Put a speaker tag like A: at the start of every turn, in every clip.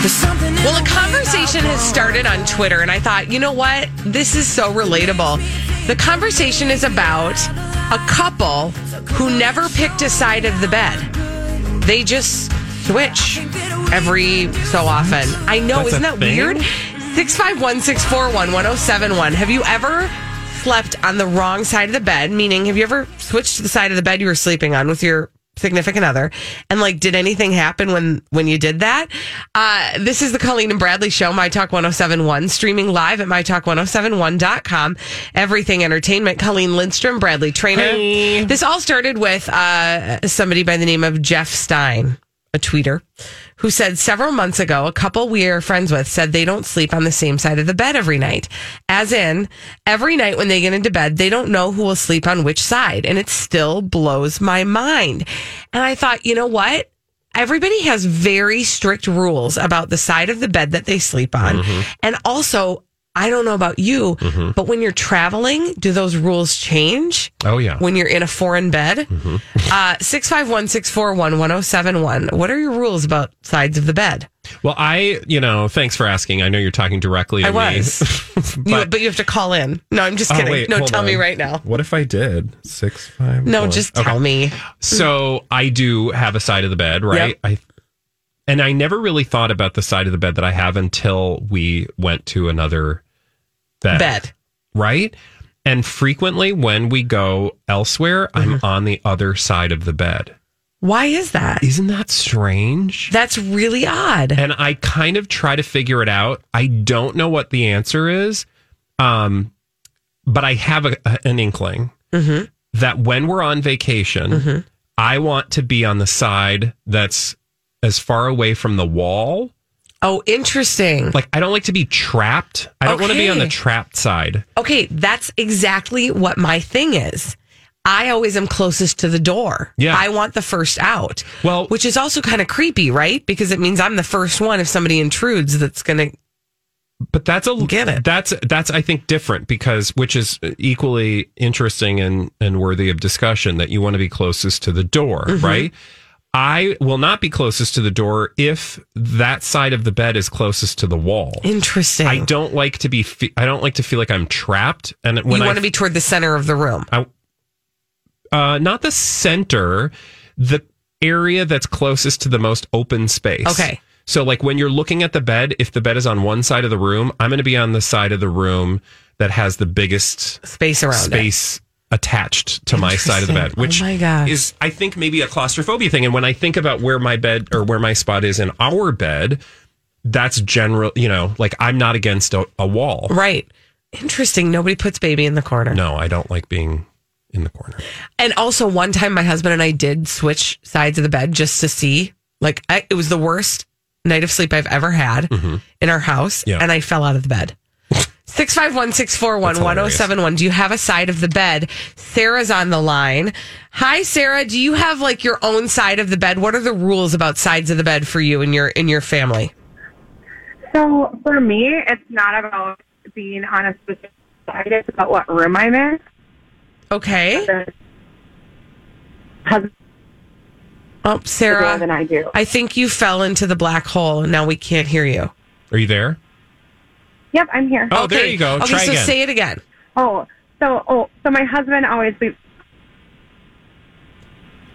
A: Well, a conversation has started on Twitter, and I thought, you know what? This is so relatable. The conversation is about a couple who never picked a side of the bed, they just switch every so often. I know,
B: That's a
A: isn't that
B: thing?
A: weird? 651 641 1071. Have you ever slept on the wrong side of the bed? Meaning, have you ever switched to the side of the bed you were sleeping on with your significant other? And like, did anything happen when, when you did that? Uh, this is the Colleen and Bradley show, My Talk 1071, streaming live at MyTalk1071.com. Everything Entertainment. Colleen Lindstrom, Bradley Trainer. This all started with uh, somebody by the name of Jeff Stein a tweeter who said several months ago a couple we are friends with said they don't sleep on the same side of the bed every night as in every night when they get into bed they don't know who will sleep on which side and it still blows my mind and i thought you know what everybody has very strict rules about the side of the bed that they sleep on and also i don't know about you but when you're traveling do those rules change
B: Oh, yeah.
A: when you're in a foreign bed. Uh, Six five one six four one one zero seven one. What are your rules about sides of the bed?
B: Well, I, you know, thanks for asking. I know you're talking directly to
A: I
B: me.
A: was. you,
B: but-
A: but you have to call in. No, I'm just
B: Oh,
A: kidding.
B: wait,
A: no,
B: hold
A: tell me
B: on.
A: right now.
C: What if I did six five?
A: No,
C: one?
A: just
B: Okay.
A: tell me.
B: So I do have a side of the bed, right?
A: Yep.
B: I and I never really thought about the side of the bed that I have until we went to another bed.
A: Bed.
B: Right? And frequently when we go elsewhere,
A: Mm-hmm.
B: I'm on the other side of the bed.
A: Why is that?
B: Isn't that strange?
A: That's really odd.
B: and I kind of try to figure it out. I don't know what the answer is, um, but I have a, an inkling that when we're on vacation, I want to be on the side that's as far away from the wall.
A: Oh, interesting.
B: Like I don't like to be trapped. I don't want to be on the
A: Okay.
B: trapped side.
A: Okay, that's exactly what my thing is. I always am closest to the door.
B: Yeah.
A: I want the first out.
B: Well-
A: which is also kind of creepy, right? Because it means I'm the first one if somebody intrudes that's going to
B: But that's a
A: Get it.
B: That's that's I think different because which is equally interesting and and worthy of discussion that you want to be closest to the door,
A: Mm-hmm.
B: right? I will not be closest to the door if that side of the bed is closest to the wall.
A: interesting.
B: I don't like to be. Fe- I don't like to feel like I'm trapped. And when
A: you
B: I
A: want to be toward the center of the room.
B: uh, not the center, the area that's closest to the most open space.
A: Okay.
B: So, like when you're looking at the bed, if the bed is on one side of the room, I'm going to be on the side of the room that has the biggest
A: Space around it.
B: space attached to my side of the bed,
A: Interesting. Oh
B: which
A: my gosh.
B: is, I think, maybe a claustrophobia thing. And when I think about where my bed or where my spot is in our bed, that's general, you know, like I'm not against a, a wall.
A: Right. Interesting. Nobody puts baby in the corner.
B: No, I don't like being in the corner.
A: And also, one time my husband and I did switch sides of the bed just to see. Like, I, it was the worst night of sleep I've ever had in our house.
B: Mm-hmm. Yeah.
A: And I fell out of the bed. 651 641 1071. Do you have a side of the bed? Sarah's on the line. Hi, Sarah. Do you have like your own side of the bed? What are the rules about sides of the bed for you and your in your family?
D: So for me, it's not about being on a specific side. It's about what room I'm in.
A: Okay.
D: The husband
A: Oh,
D: more than
A: Sarah.
D: I do.
A: I think you fell into the black hole and now we can't hear you.
B: Are you there?
D: Yep, I'm here.
B: Oh, there you go.
A: Okay,
B: Try
A: so
B: again.
A: say it again.
D: Oh, so oh, so my husband always sleeps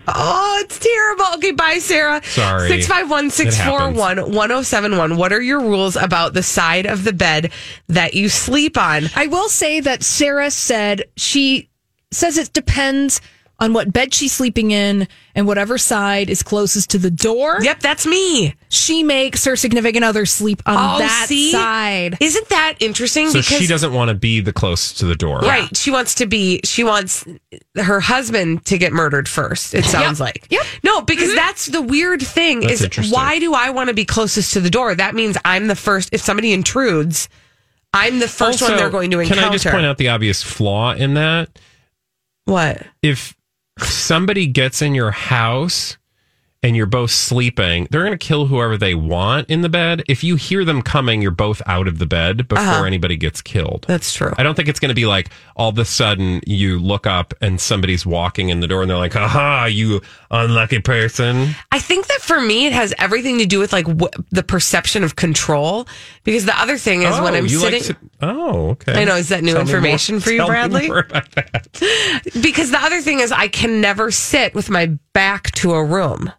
A: Oh, it's terrible. Okay, bye, Sarah.
B: Sorry.
A: 651 641 1071. What are your rules about the side of the bed that you sleep on?
E: I will say that Sarah said she says it depends on what bed she's sleeping in and whatever side is closest to the door.
A: Yep, that's me.
E: She makes her significant other sleep on
A: Oh,
E: that
A: see?
E: side.
A: Isn't that interesting?
B: So she doesn't want to be the close to the door.
A: Right. She wants to be, she wants her husband to get murdered first, it sounds like.
E: Yep. Mm-hmm.
A: No, because that's the weird thing
B: That's
A: is
B: interesting.
A: why do I want to be closest to the door? That means I'm the first. If somebody intrudes, I'm the first
B: Also,
A: one they're going to
B: Can
A: encounter.
B: I just point out the obvious flaw in that?
A: What?
B: If somebody gets in your house and you're both sleeping, they're going to kill whoever they want in the bed. If you hear them coming, you're both out of the bed before anybody gets killed.
A: Uh-huh. That's true.
B: I don't think it's going to be like all of a sudden you look up and somebody's walking in the door and they're like, aha, you unlucky person.
A: I think that for me, it has everything to do with like wh- the perception of control. Because the other thing is when I'm
B: Oh, you
A: sitting,
B: like to- oh, okay.
A: I know, is that new
B: me
A: information
B: more-
A: for you,
B: tell me
A: Bradley?
B: more about that.
A: because the other thing is I can never sit with my back to a room.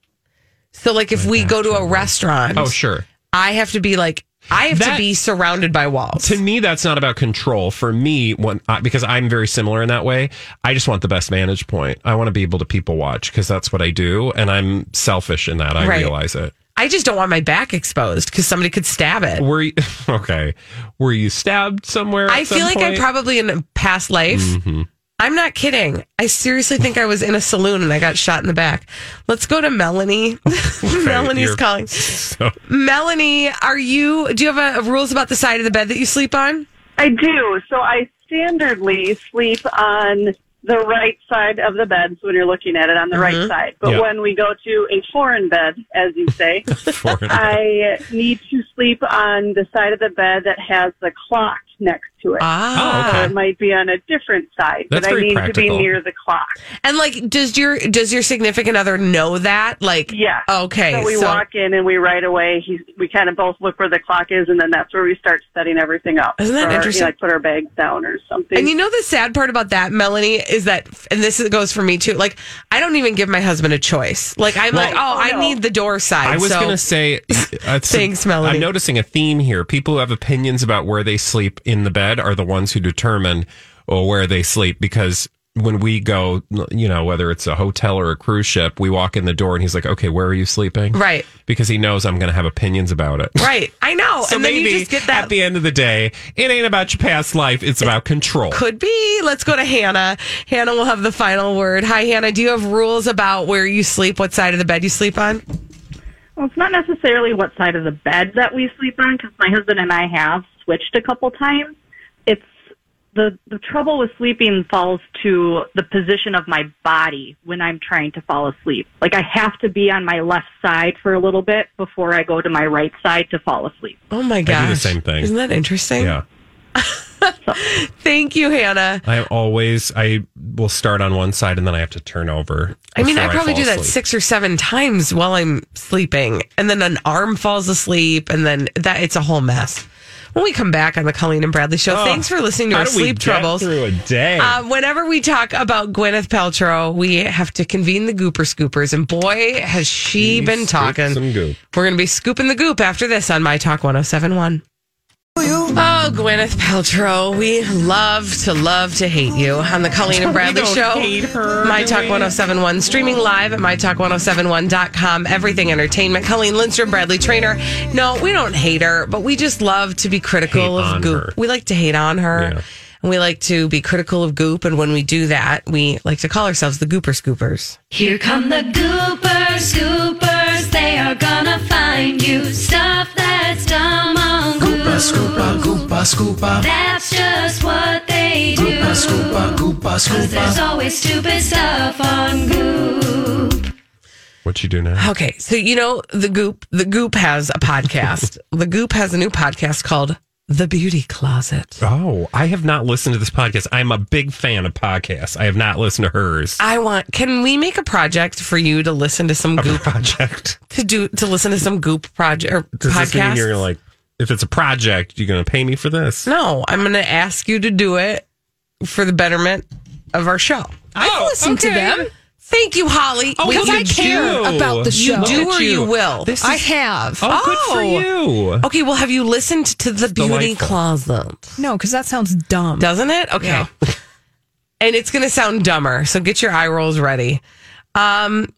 A: So like if we go to a restaurant,
B: Oh, sure.
A: I have to be like I have to
B: That-
A: be surrounded by walls.
B: To me, that's not about control. For me, when I, because I'm very similar in that way, I just want the best vantage point. I want to be able to people watch because that's what I do, and I'm selfish in that. I
A: Right.
B: realize it.
A: I just don't want my back exposed because somebody could stab it.
B: Were you, okay? Were you stabbed somewhere?
A: I feel like I probably in a past life. I'm not kidding. I seriously think I was in a saloon and I got shot in the back. Let's go to Melanie. Melanie's
B: you're-
A: calling.
B: probably.
A: Melanie, are you? Do you have a, rules about the side of the bed that you sleep on?
D: I do. So I standardly sleep on the right side of the bed. So when you're looking at it on the right side, but
B: Yeah.
D: when we go to a foreign bed, as you say, I need to sleep on the side of the bed that has the clock next to it.
B: Oh,
A: Ah,
D: Or it might be on a different side,
B: That's
D: but I
B: very
D: need to
B: practical.
D: be near the clock.
A: and like, does your does your significant other know that? Like,
D: Yeah.
A: okay,
D: So we walk in and we right away. He, we kind of both look where the clock is, and then that's where we start setting everything up.
A: Isn't that
D: Or, you know,
A: interesting?
D: like put our bags down or something.
A: And you know the sad part about that, Melanie, is that, and this goes for me too. Like, I don't even give my husband a choice. Like, I'm like, oh, I
D: no.
A: need the door side.
B: I was
A: so-
B: going to say, uh,
A: Thanks, Melanie.
B: I'm noticing a theme here. People who have opinions about where they sleep in the bed are the ones who determine or where they sleep because when we go, you know, whether it's a hotel or a cruise ship, we walk in the door and he's like, okay, where are you sleeping?
A: Right.
B: Because he knows I'm going to have opinions about it.
A: right. I know.
B: So
A: and then
B: maybe
A: you just get that.
B: at the end of the day, it ain't about your past life. It's about control.
A: could be. Let's go to Hannah. Hannah will have the final word. Hi, Hannah. Do you have rules about where you sleep, what side of the bed you sleep on?
D: Well, it's not necessarily what side of the bed that we sleep on because my husband and I have switched a couple times. It's the the trouble with sleeping falls to the position of my body when I'm trying to fall asleep. Like I have to be on my left side for a little bit before I go to my right side to fall asleep.
A: Oh my
B: do the
A: gosh.
B: same thing.
A: Isn't that interesting?
B: Yeah.
A: Thank you, Hannah.
B: I always, I will start on one side and then I have to turn over.
A: I mean,
B: before
A: I probably
B: fall
A: do that
B: asleep.
A: six or seven times while I'm sleeping, and then an arm falls asleep, and then that it's a whole mess. When we come back on the Colleen and Bradley show,
B: Oh,
A: thanks for listening to
B: how
A: our
B: do we
A: sleep
B: get
A: troubles.
B: through a day.
A: Uh, whenever we talk about Gwyneth Paltrow, we have to convene the Gooper Scoopers, and boy, has she, been talking.
C: some goop.
A: We're going to be scooping the goop after this on My Talk 1071. Oh, Gwyneth Paltrow, we love to love to hate you on the Colleen and Bradley Show. My Talk 1071, streaming live at mytalk1071.com. Everything entertainment. Colleen Lindstrom, Bradley Trainer. No, we don't hate her, but we just love to be critical
B: Hate
A: of
B: on
A: goop.
B: her.
A: We like to hate on her.
B: Yeah.
A: And we like to be critical of goop. And when we do that, we like to call ourselves the Gooper Scoopers.
F: Here come the goopers, goopers, they are gonna find you. Stuff that's dumb on Goopa, scoopa, goopa, scoopa. That's just what they do. Goopa, scoopa, goopa, scoopa. Cause there's always stupid stuff on goop.
B: What you do now?
A: Okay, so you know the Goop. The Goop has a podcast. the Goop has a new podcast called The Beauty Closet.
B: Oh, I have not listened to this podcast. I'm a big fan of podcasts. I have not listened to hers.
A: I want. Can we make a project for you to listen to some Goop
B: project.
A: to do to listen to some Goop project or
B: Does
A: podcast?
B: this mean you're gonna, like, if it's a project, you're going to pay me for this?
A: no, I'm going to ask you to do it for the betterment of our show.
E: I've listened to them.
A: Thank you, Holly.
B: Oh,
A: We-
E: Because
B: you
E: I care
B: do.
E: about the show.
B: Look
A: do
B: at
A: or you will?
B: This
E: I
B: is-
E: have.
B: Oh, good for you.
A: Okay, well, have you listened to the beauty
B: delightful.
A: closet?
E: No, because that sounds dumb.
A: Doesn't it? Okay.
E: Yeah.
A: and it's going to sound dumber, so get your eye rolls ready. Um,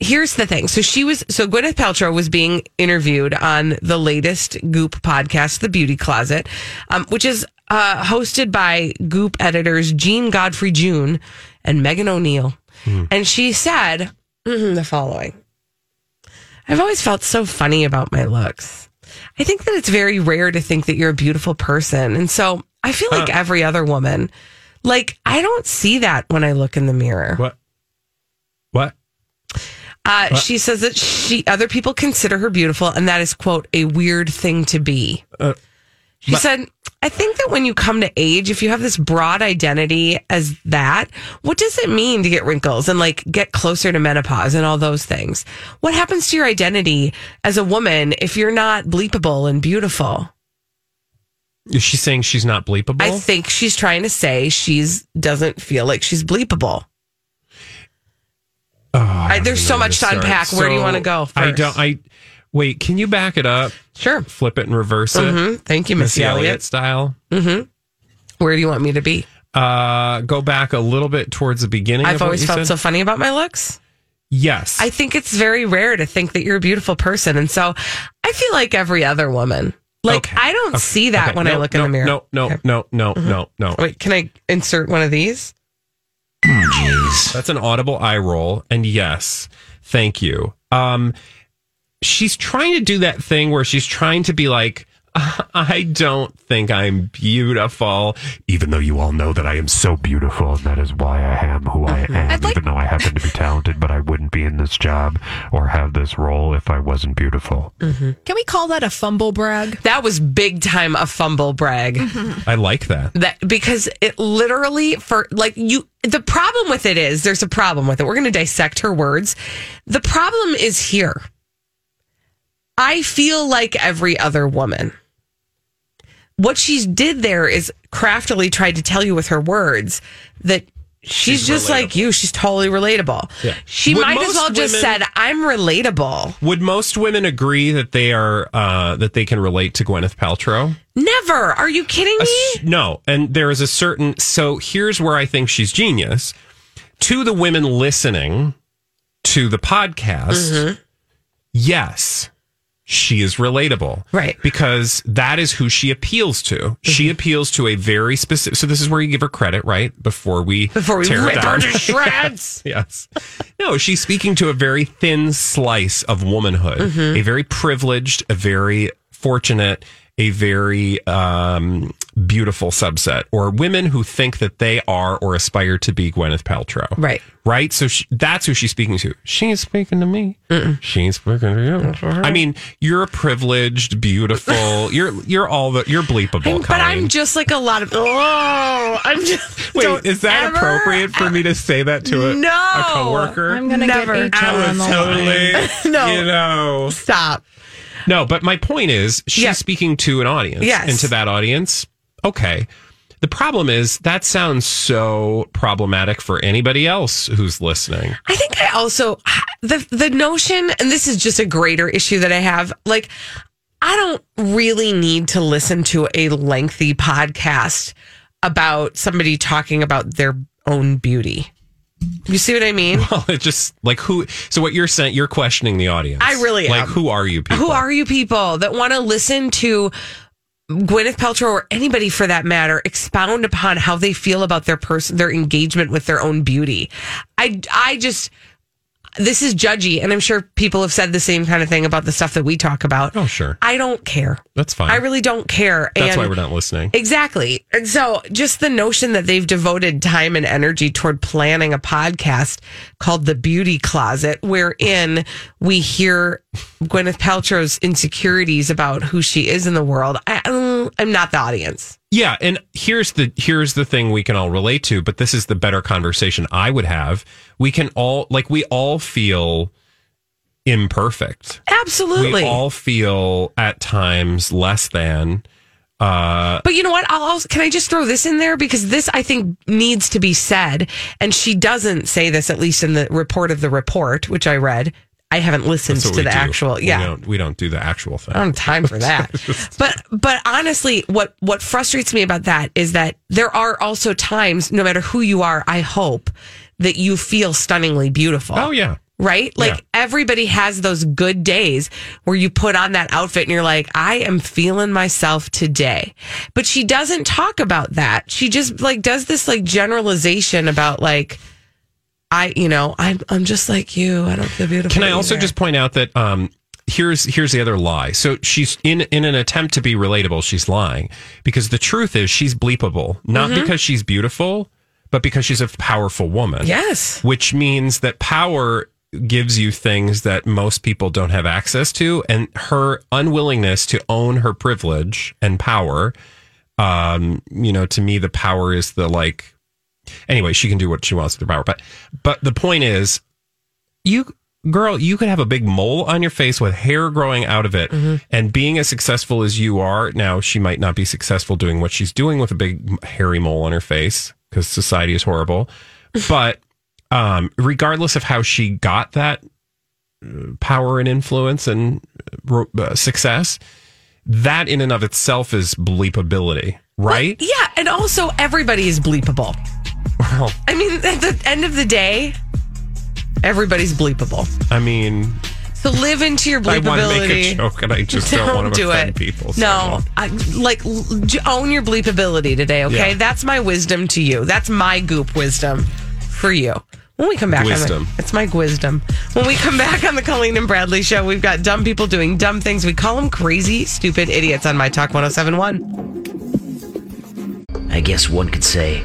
A: here's the thing. So she was so Gwyneth Paltrow was being interviewed on the latest Goop podcast, The Beauty Closet, um, which is uh, hosted by Goop editors Jean Godfrey June and Megan O'Neill. And she said mm-hmm, the following. I've always felt so funny about my looks. I think that it's very rare to think that you're a beautiful person. And so I feel like every other woman, like, I don't see that when I look in the mirror.
B: What? What?
A: Uh, she says that she other people consider her beautiful, and that is quote a weird thing to be.
B: Uh,
A: she said, "I think that when you come to age, if you have this broad identity as that, what does it mean to get wrinkles and like get closer to menopause and all those things? What happens to your identity as a woman if you're not bleepable and beautiful?"
B: Is she saying she's not bleepable?
A: I think she's trying to say she's doesn't feel like she's bleepable.
B: Oh, I
A: I-
B: don't
A: there's
B: even
A: so
B: know where
A: much to
B: start.
A: unpack. Where do you wanna go
B: I
A: first?
B: don't. I wait. Can you back it up?
A: Sure.
B: Flip it and reverse it.
A: Mhm. Thank you, Missy
B: Missy Elliott
A: Elliott.
B: style.
A: Where do you want me to be?
B: Uh, go back a little bit towards the beginning. of
A: I've
B: what
A: always
B: you
A: felt
B: said.
A: so funny about my looks.
B: Yes.
A: I think it's very rare to think that you're a beautiful person. And so I feel like every other woman. Like
B: Okay.
A: I don't
B: Okay.
A: see that
B: Okay.
A: when I
B: No,
A: look in
B: no,
A: the mirror.
B: No, no,
A: Okay. Mm-hmm.
B: no, no, no, no.
A: Wait, can I insert one of these?
B: That's an audible eye roll. And yes, thank you. Um, she's trying to do that thing where she's trying to be like, I don't think I'm beautiful, even though you all know that I am so beautiful, and that is why I am who I
F: Mm-hmm.
B: am.
E: I'd like
G: even though I happen to be talented, but I wouldn't be in this job or have this role if I wasn't beautiful.
E: Can we call that a fumble brag?
A: That was big time a fumble brag.
B: I like that.
A: That because it literally for like you the problem with it is there's a problem with it. We're going to dissect her words. The problem is here. I feel like every other woman. What she's did there is craftily tried to tell you with her words that she's,
B: She's
A: just like you. She's totally relatable.
B: Yeah.
A: She
B: Would
A: might as
B: most
A: well just
B: women-
A: said, "I'm relatable."
B: Would most women agree that they are uh, that they can relate to Gwyneth Paltrow?
A: Never. Are you kidding
B: a
A: me?
B: s- no and there is a certain so here's where i think she's genius to the women listening to the podcast
A: Mm-hmm.
B: yes she is relatable
A: Right. Mm-hmm.
B: because that is who she appeals to she appeals to a very specific so this is where you give her credit right before we
A: Before we
B: tear
A: rip
B: it
A: her
B: down.
A: to shreds.
B: yes no she's speaking to a very thin slice of womanhood
A: Mm-hmm.
B: a very privileged a very fortunate a very um, beautiful subset or women who think that they are or aspire to be gwyneth paltrow
A: Right.
B: right so she, that's who she's speaking to she ain't speaking to me she ain't speaking to you i mean you're a privileged beautiful you're you're all the you're bleepable
A: I'm- but
B: Colleen.
A: I'm just like a lot of. Oh, I'm just.
B: Wait,
A: don't
B: is that
A: ever-
B: appropriate for me to say that to a,
A: No.
B: a coworker?
E: I'm gonna
A: Never.
E: get HR
B: I was
E: on the
B: totally,
A: No.
B: you know.
A: Stop.
B: No, but my point is, she's
A: Yeah.
B: speaking to an audience.
A: Yes.
B: And to that audience, okay. The problem is, that sounds so problematic for anybody else who's listening.
A: I think I also the the notion, and this is just a greater issue that I have. Like, I don't really need to listen to a lengthy podcast about somebody talking about their own beauty. You see what I mean?
B: Well, it just like who. So, what you're saying, you're questioning the audience.
A: I really
B: Like,
A: am.
B: who are you people?
A: Who are you people that want to listen to Gwyneth Paltrow or anybody for that matter expound upon how they feel about their person, their engagement with their own beauty? I, I just, this is judgy, and I'm sure people have said the same kind of thing about the stuff that we talk about.
B: Oh, sure.
A: I don't care.
B: That's fine.
A: I really don't care.
B: That's
A: and
B: why we're not listening.
A: Exactly. And so just the notion that they've devoted time and energy toward planning a podcast called The Beauty Closet, wherein we hear Gwyneth Paltrow's insecurities about who she is in the world. I, mm, I'm not the audience.
B: Yeah, and here's the here's the thing we can all relate to, but this is the better conversation I would have. We can all like we all feel imperfect.
A: Absolutely.
B: We all feel at times less than uh,
A: But you know what? I'll also, can I just throw this in there because this I think needs to be said, and she doesn't say this at least in the report of the report, which I read. I haven't listened
B: that's
A: to
B: what
A: the
B: we do.
A: actual.
B: we
A: Yeah, Oh,
B: don't, we don't do the actual thing.
A: I don't have time for that. but but honestly, what what frustrates me about that is that there are also times, no matter who you are, I hope that you feel stunningly beautiful.
B: oh yeah,
A: Right? Like
B: Yeah.
A: everybody has those good days where you put on that outfit and you're like, I am feeling myself today. But she doesn't talk about that. She just like does this like generalization about like I, you know, I'm I'm just like you. I don't feel beautiful.
B: Can I also
A: either.
B: just point out that um, here's here's the other lie. So she's in in an attempt to be relatable, she's lying because the truth is she's bleepable, not
A: Mm-hmm.
B: because she's beautiful, but because she's a powerful woman.
A: Yes.
B: which means that power gives you things that most people don't have access to, and her unwillingness to own her privilege and power. Um, you know, to me, the power is the like. Anyway, she can do what she wants with her power, but but the point is, you girl you could have a big mole on your face with hair growing out of it and being as successful as you are now she might not be successful doing what she's doing with a big hairy mole on her face because society is horrible but um, regardless of how she got that uh, power and influence and uh, ro- uh, success that in and of itself is bleepability right
A: Yeah, and also everybody is bleepable.
B: well
A: I mean, at the end of the day, everybody's bleepable.
B: i mean
A: So live into your
B: i
A: bleepability.
B: want to make a joke and i just don't, want to
A: do
B: offend
A: it.
B: people so I
A: no,
B: won't.
A: I, like l- j- own your bleepability today. Okay,
B: Yeah.
A: that's my wisdom to you. That's my goop wisdom for you. When we come back, On
B: Wisdom.
A: the, it's my wisdom. When we come back on the Colleen and Bradley show, we've got dumb people doing dumb things. We call them crazy, stupid idiots on My Talk 1071.
H: I guess one could say,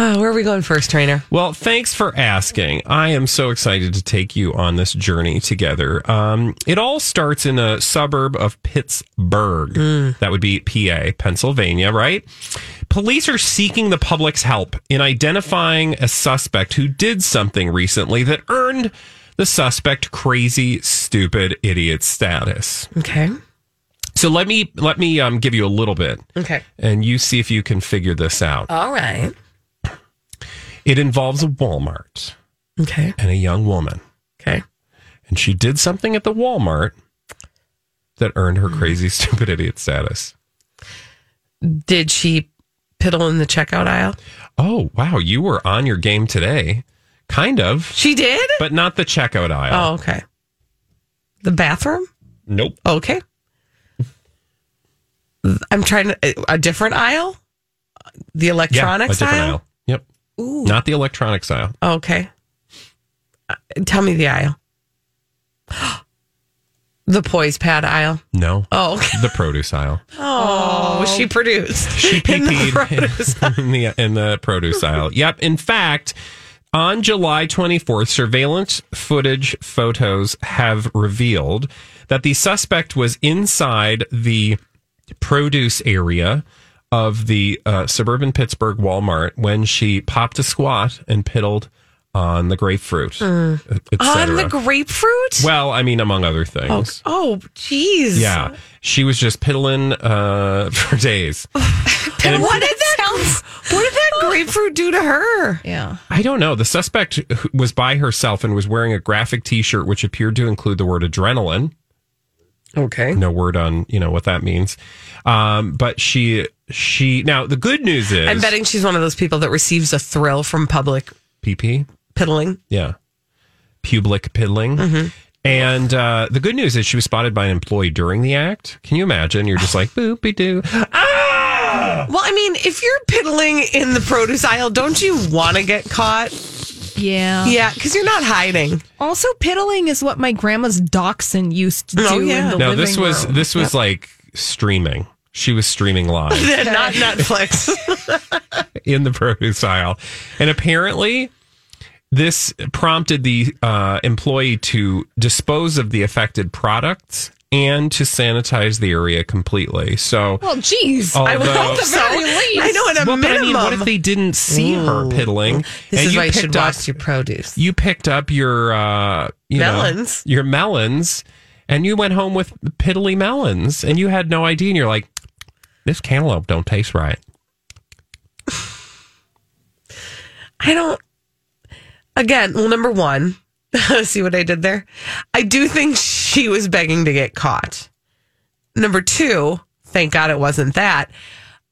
A: Oh, where are we going first, trainer?
B: Well, thanks for asking. I am so excited to take you on this journey together. Um, it all starts in a suburb of Pittsburgh. That would be PA, Pennsylvania, right? Police are seeking the public's help in identifying a suspect who did something recently that earned the suspect crazy, stupid, idiot status.
A: Okay.
B: So let me let me um, give you a little bit,
A: Okay.
B: and you see if you can figure this out.
A: All right.
B: It involves a Walmart.
A: Okay.
B: and a young woman.
A: Okay.
B: And she did something at the Walmart that earned her crazy, stupid idiot status.
A: Did she piddle in the checkout aisle?
B: Oh, wow. You were on your game today. Kind of,
A: She did?
B: but not the checkout aisle.
A: Oh, okay. The bathroom?
B: Nope.
A: Okay. I'm trying to a different aisle? The
B: Yeah, a
A: electronics
B: different
A: aisle?
B: Yep.
A: Ooh.
B: Not the electronics aisle.
A: Okay. Uh, Tell me the aisle. the poise pad aisle.
B: No.
A: Oh, okay.
B: The produce aisle.
A: Oh, she produced.
B: She
A: in the
B: PP'd in
A: produce.
B: the, in, the, produce aisle. Yep. In fact, on July 24th, surveillance footage photos have revealed that the suspect was inside the produce area of the uh, suburban Pittsburgh Walmart when she popped a squat and piddled on the grapefruit, et
A: Hmm. On
B: cetera.
A: the grapefruit?
B: well, I mean, among other things.
A: oh, jeez.
B: Yeah, she was just piddling uh, for days.
A: And what did that What did that grapefruit do to her?
E: Yeah.
B: I don't know. The suspect who- was by herself and was wearing a graphic T-shirt which appeared to include the word adrenaline.
A: Okay.
B: No word on you know what that means. Um, but she she now the good news is
A: I'm betting she's one of those people that receives a thrill from public
B: PP
A: piddling.
B: yeah public piddling.
E: Mm-hmm.
B: And uh, the good news is she was spotted by an employee during the act. Can you imagine? You're just like boopy doo. Ah!
A: Well, I mean, if you're piddling in the produce aisle, don't you want to get caught?
E: Yeah.
A: Yeah, because you're not hiding.
E: Also, piddling is what my grandma's dachshund used to do.
A: Oh, yeah.
E: In the
B: No,
E: living
B: this was
E: room.
B: this was like streaming. She was streaming live.
A: Not Netflix.
B: in the produce aisle. And apparently, this prompted the uh, employee to dispose of the affected products and to sanitize the area completely. So,
E: Well, geez.
B: Although-
A: I would hope
B: Although-
A: so. I know at a
B: Well, but I
A: minimum.
B: mean, what if they didn't see her piddling?
A: This
B: and
A: is
B: you
A: why you should
B: picked up-
A: watch your produce.
B: you picked up your uh, you know,
A: Melons.
B: your melons, and you went home with piddly melons, and you had no idea, and you're like, this cantaloupe don't taste right.
A: I don't. Again, well, number one, see what I did there. I do think she was begging to get caught. Number two, thank God it wasn't that.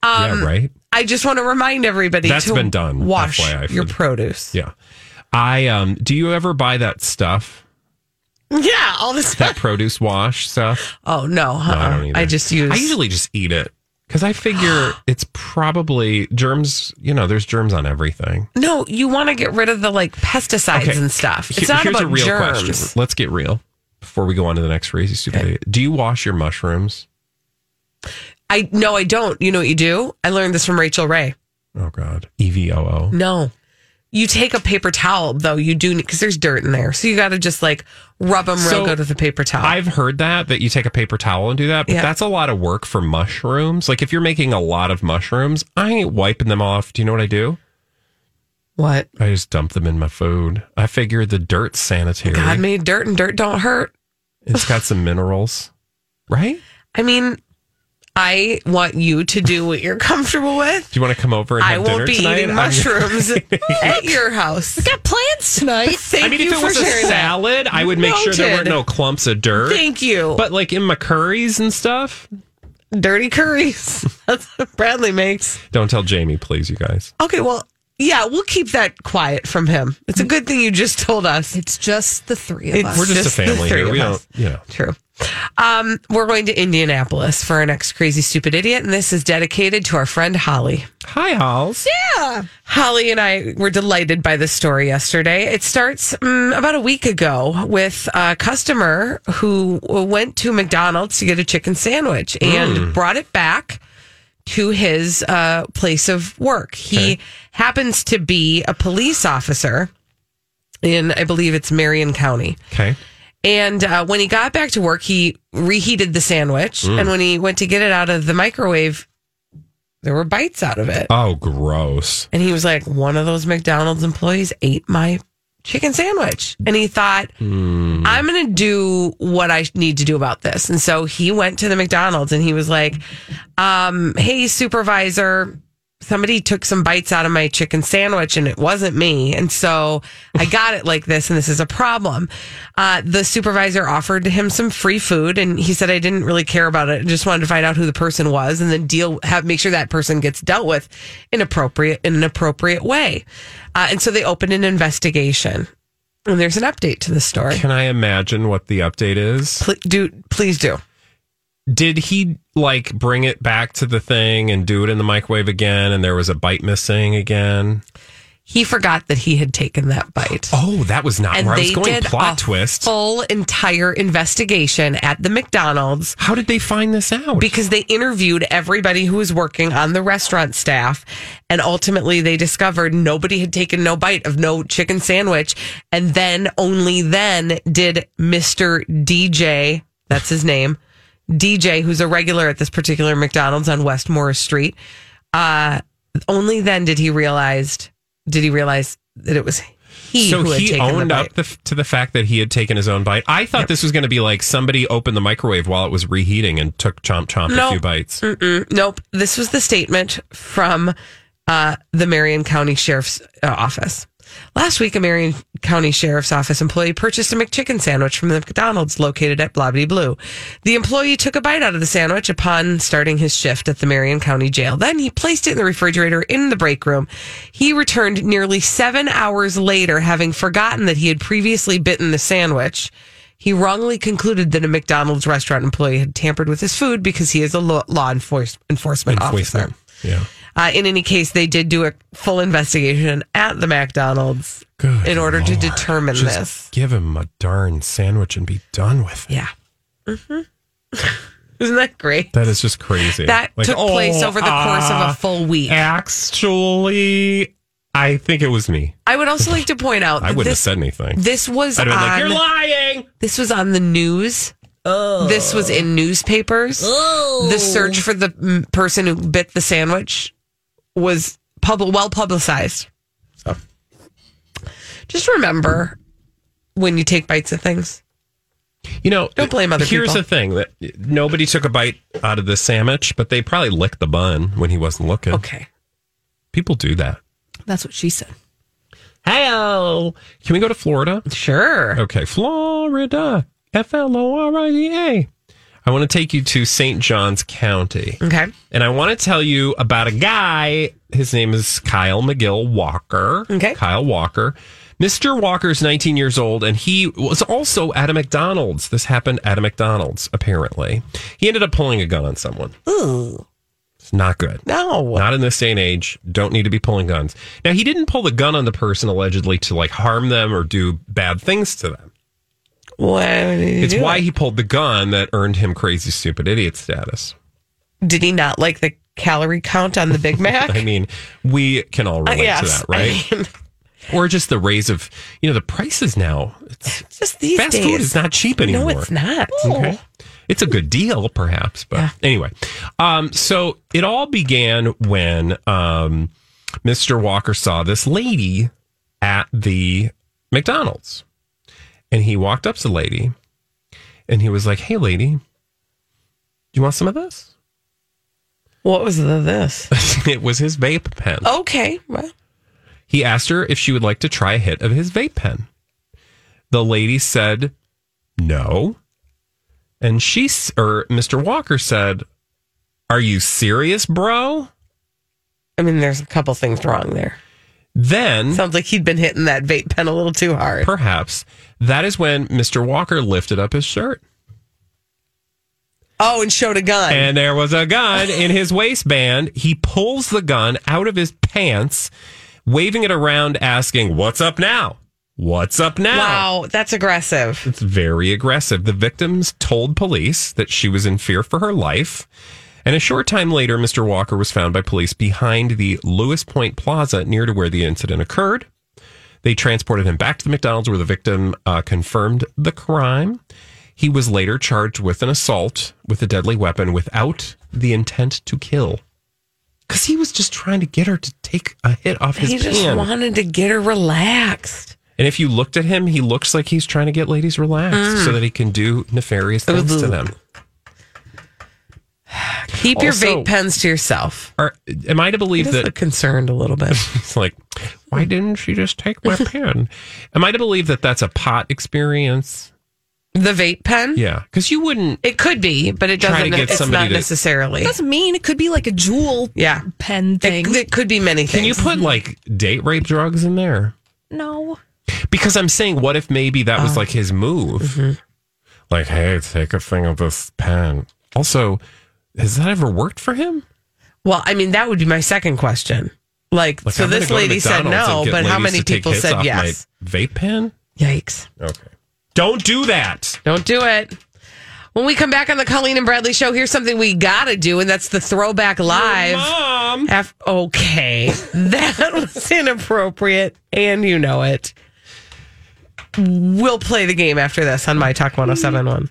A: Um,
B: yeah, right.
A: I just want to remind everybody
B: That's
A: to
B: been done,
A: Wash
B: FYI, for
A: your
B: the-
A: produce.
B: Yeah, I um. Do you ever buy that stuff?
A: Yeah, all this.
B: That produce wash stuff?
A: Oh no, uh-uh.
B: No, I
A: I,
B: don't either.
A: just use.
B: I usually just eat it because I figure it's probably germs. You know, there's germs on everything.
A: no, you want to get rid of the like pesticides
B: Okay.
A: and stuff. It's
B: Here-
A: not
B: here's
A: about
B: a real
A: germs.
B: question. Let's get real before we go on to the next crazy stupid. idea. Do you wash your mushrooms?
A: I no, I don't. You know what you do? I learned this from Rachel Ray.
B: Oh God, E V O O.
A: No. You take a paper towel though. You do because there's dirt in there, so you got to just like rub them
B: So,
A: real good with a paper towel.
B: I've heard that that you take a paper towel and do that, but
A: Yeah.
B: that's a lot of work for mushrooms. Like if you're making a lot of mushrooms, I ain't wiping them off. Do you know what I do?
A: what
B: I just dump them in my food. I figure the dirt's sanitary.
A: God made dirt and dirt don't hurt.
B: It's got some minerals, right?
A: I mean, I want you to do what you're comfortable with.
B: Do you want to come over and
A: I
B: have dinner
A: won't be
B: tonight?
A: eating
B: I'm-
A: mushrooms at your house.
E: Got plans tonight.
A: Thank
B: I mean,
A: you
B: if it
A: for
B: was a
A: sharing that.
B: salad, I would make sure there were
A: Noted.
B: no clumps of dirt.
A: Thank you.
B: But like in my curries and stuff,
A: dirty curries. That's what Bradley makes.
B: don't tell Jamie, please, you guys.
A: Okay, well, yeah, we'll keep that quiet from him. It's a good thing you just told us.
E: It's just the three of
A: It's-
E: us.
B: We're just,
A: Uh, Just
B: a
A: the
B: family
A: three
B: here.
A: of
B: We
A: us.
B: don't, you know.
A: True. Um, we're going to Indianapolis for our next crazy stupid idiot, and this is dedicated to our friend Holly.
B: Hi, Halls.
A: Holly and I were delighted by this story yesterday. It starts mm, about a week ago with a customer who went to McDonald's to get a chicken sandwich and brought it back to his uh, place of work. He happens to be a police officer in, I believe it's Marion County.
B: Okay.
A: And uh, when he got back to work, he reheated the sandwich. And when he went to get it out of the microwave, there were bites out of it.
B: Oh, gross.
A: And he was like, one of those McDonald's employees ate my chicken sandwich. And he thought, I'm going to do what I need to do about this. And so he went to the McDonald's and he was like, um, hey, supervisor, somebody took some bites out of my chicken sandwich and it wasn't me. And so I got it like this and this is a problem. Uh, the supervisor offered him some free food and he said, I didn't really care about it. I just wanted to find out who the person was and then deal, have, make sure that person gets dealt with in appropriate, in an appropriate way. Uh, and so they opened an investigation and there's an update to the story.
B: Can I imagine what the update is?
A: Pl- do, please do.
B: Did he like bring it back to the thing and do it in the microwave again and there was a bite missing again?
A: He forgot that he had taken that bite.
B: Oh, that was not
A: and
B: where I
A: they
B: was going.
A: did
B: Plot
A: a
B: twist.
A: full entire investigation at the McDonald's
B: How did they find this out?
A: because they interviewed everybody who was working on the restaurant staff and ultimately they discovered nobody had taken no bite of no chicken sandwich and then only then did Mr. DJ that's his name DJ who's a regular at this particular McDonald's on West Morris Street uh only then did he realized did he realize that it was he
B: so
A: who had
B: he
A: taken
B: owned
A: the bite.
B: up the, f- to the fact that he had taken his own bite. I thought this was going to be like somebody opened the microwave while it was reheating and took chomp chomp a
A: No. Mm,
B: few bites.
A: Mm-mm. Nope. This was the statement from uh, the Marion County Sheriff's uh, Office. Last week, a Marion County Sheriff's Office employee purchased a McChicken sandwich from the McDonald's located at Blobbity Blue. The employee took a bite out of the sandwich upon starting his shift at the Marion County Jail. Then he placed it in the refrigerator in the break room. He returned nearly seven hours later, having forgotten that he had previously bitten the sandwich. He wrongly concluded that a McDonald's restaurant employee had tampered with his food because he is a law, law enforce, enforcement,
B: Enforcement.
A: officer.
B: Yeah.
A: Uh, in any case, they did do a full investigation at the McDonald's
B: Good
A: in order to
B: Lord.
A: determine
B: Just
A: this.
B: Give him a darn sandwich and be done with it.
A: Yeah. Mm-hmm. Isn't that great?
B: That is just crazy.
A: That took place over the course of a full week.
B: Actually, I think it was me.
A: I would also like to point out
B: I
A: that
B: wouldn't
A: this,
B: have said anything.
A: this was
B: I'd
A: on,
B: have been like, "You're lying.
A: This was on the news. Oh. This was in newspapers. Oh. The search for the mm, person who bit the sandwich was public, well publicized. So just remember when you take bites of things.
B: You know,
A: Don't blame other
B: here's
A: people.
B: the thing that nobody took a bite out of the sandwich, but they probably licked the bun when he wasn't looking.
A: Okay.
B: People do that.
E: That's what she said.
B: Hello. Can we go to Florida?
A: Sure.
B: Okay, Florida. F L O R I D A. I want to take you to St. John's County.
A: Okay.
B: And I want to tell you about a guy. His name is Kyle McGill Walker.
A: Okay.
B: Kyle Walker. Mr. Walker's 19 years old, and he was also at a McDonald's. This happened at a McDonald's, apparently. He ended up pulling a gun on someone.
A: Ooh.
B: It's not good.
A: No.
B: Not in this day and age. Don't need to be pulling guns. Now, he didn't pull the gun on the person allegedly to like harm them or do bad things to them.
A: Why did he
B: It's
A: do
B: why
A: it?
B: he pulled the gun that earned him crazy, stupid idiot status.
A: did he not like the calorie count on the Big Mac?
B: I mean, we can all
A: Uh,
B: relate to
A: yes.
B: that, right?
A: I mean,
B: or just the raise of, you know, the prices now. It's,
A: just these
B: fast
A: days.
B: food is not cheap anymore.
A: No, it's not.
B: Okay. It's a good deal, perhaps, but anyway. Um, so it all began when um, Mr. Walker saw this lady at the McDonald's, and he walked up to the lady, and he was like, "Hey, lady, do you want some of this?"
A: What was the this?
B: it was his vape pen.
A: Okay. Well,
B: He asked her if she would like to try a hit of his vape pen. The lady said no. And she, s- or Mr. Walker said, Are you serious, bro?
A: I mean, there's a couple things wrong there.
B: Then
A: Sounds like he'd been hitting that vape pen a little too hard.
B: perhaps that is when Mr. Walker lifted up his shirt
A: Oh, and showed a gun.
B: and there was a gun in his waistband. He pulls the gun out of his pants, waving it around, asking, What's up now? What's up now?
A: wow, that's aggressive.
B: It's very aggressive. The victims told police that she was in fear for her life. And a short time later, Mr. Walker was found by police behind the Lewis Point Plaza near to where the incident occurred. They transported him back to the McDonald's where the victim uh, confirmed the crime. He was later charged with an assault with a deadly weapon without the intent to kill. Because he was just trying to get her to take a hit off his
A: He just
B: pan.
A: wanted to get her relaxed.
B: And if you looked at him, he looks like he's trying to get ladies relaxed so that he can do nefarious things
A: Ah.
B: to
A: Ooh.
B: them.
A: Keep your
B: Also-
A: vape pens to yourself.
B: Are, am I to
A: He
B: believe
A: does
B: that
A: look concerned a little bit.
B: it's like, why didn't she just take my pen? Am I to believe that that's a pot experience?
A: the vape pen?
B: Yeah, because you wouldn't.
A: It could be, but it
B: Try to
A: doesn't.
B: get
A: It's
B: somebody
A: not
B: to-
A: necessarily.
E: That's mean. It could be like a jewel
A: Yeah.
E: pen
A: It,
E: thing.
A: it could be many
B: Can you
A: things.
B: put like date rape drugs in there?
E: no.
B: Because I'm saying, what if maybe that
A: Ah.
B: was like his move?
A: Mm-hmm.
B: Like, hey, take a thing of this pen. Also, has that ever worked for him?
A: Well, I mean, that would be my second question. Like,
B: Like,
A: so
B: I'm gonna
A: this
B: go to
A: lady said
B: McDonald's and
A: no,
B: get
A: but how
B: ladies
A: many
B: to take
A: people
B: hits
A: said
B: off my
A: yes?
B: Vape pen.
A: Yikes.
B: Okay. Don't do that.
A: Don't do it. When we come back on the Colleen and Bradley show, here's something we gotta do, and that's the throwback live.
B: Mom.
A: F- okay, that was inappropriate, and you know it. We'll play the game after this on My Talk 1071.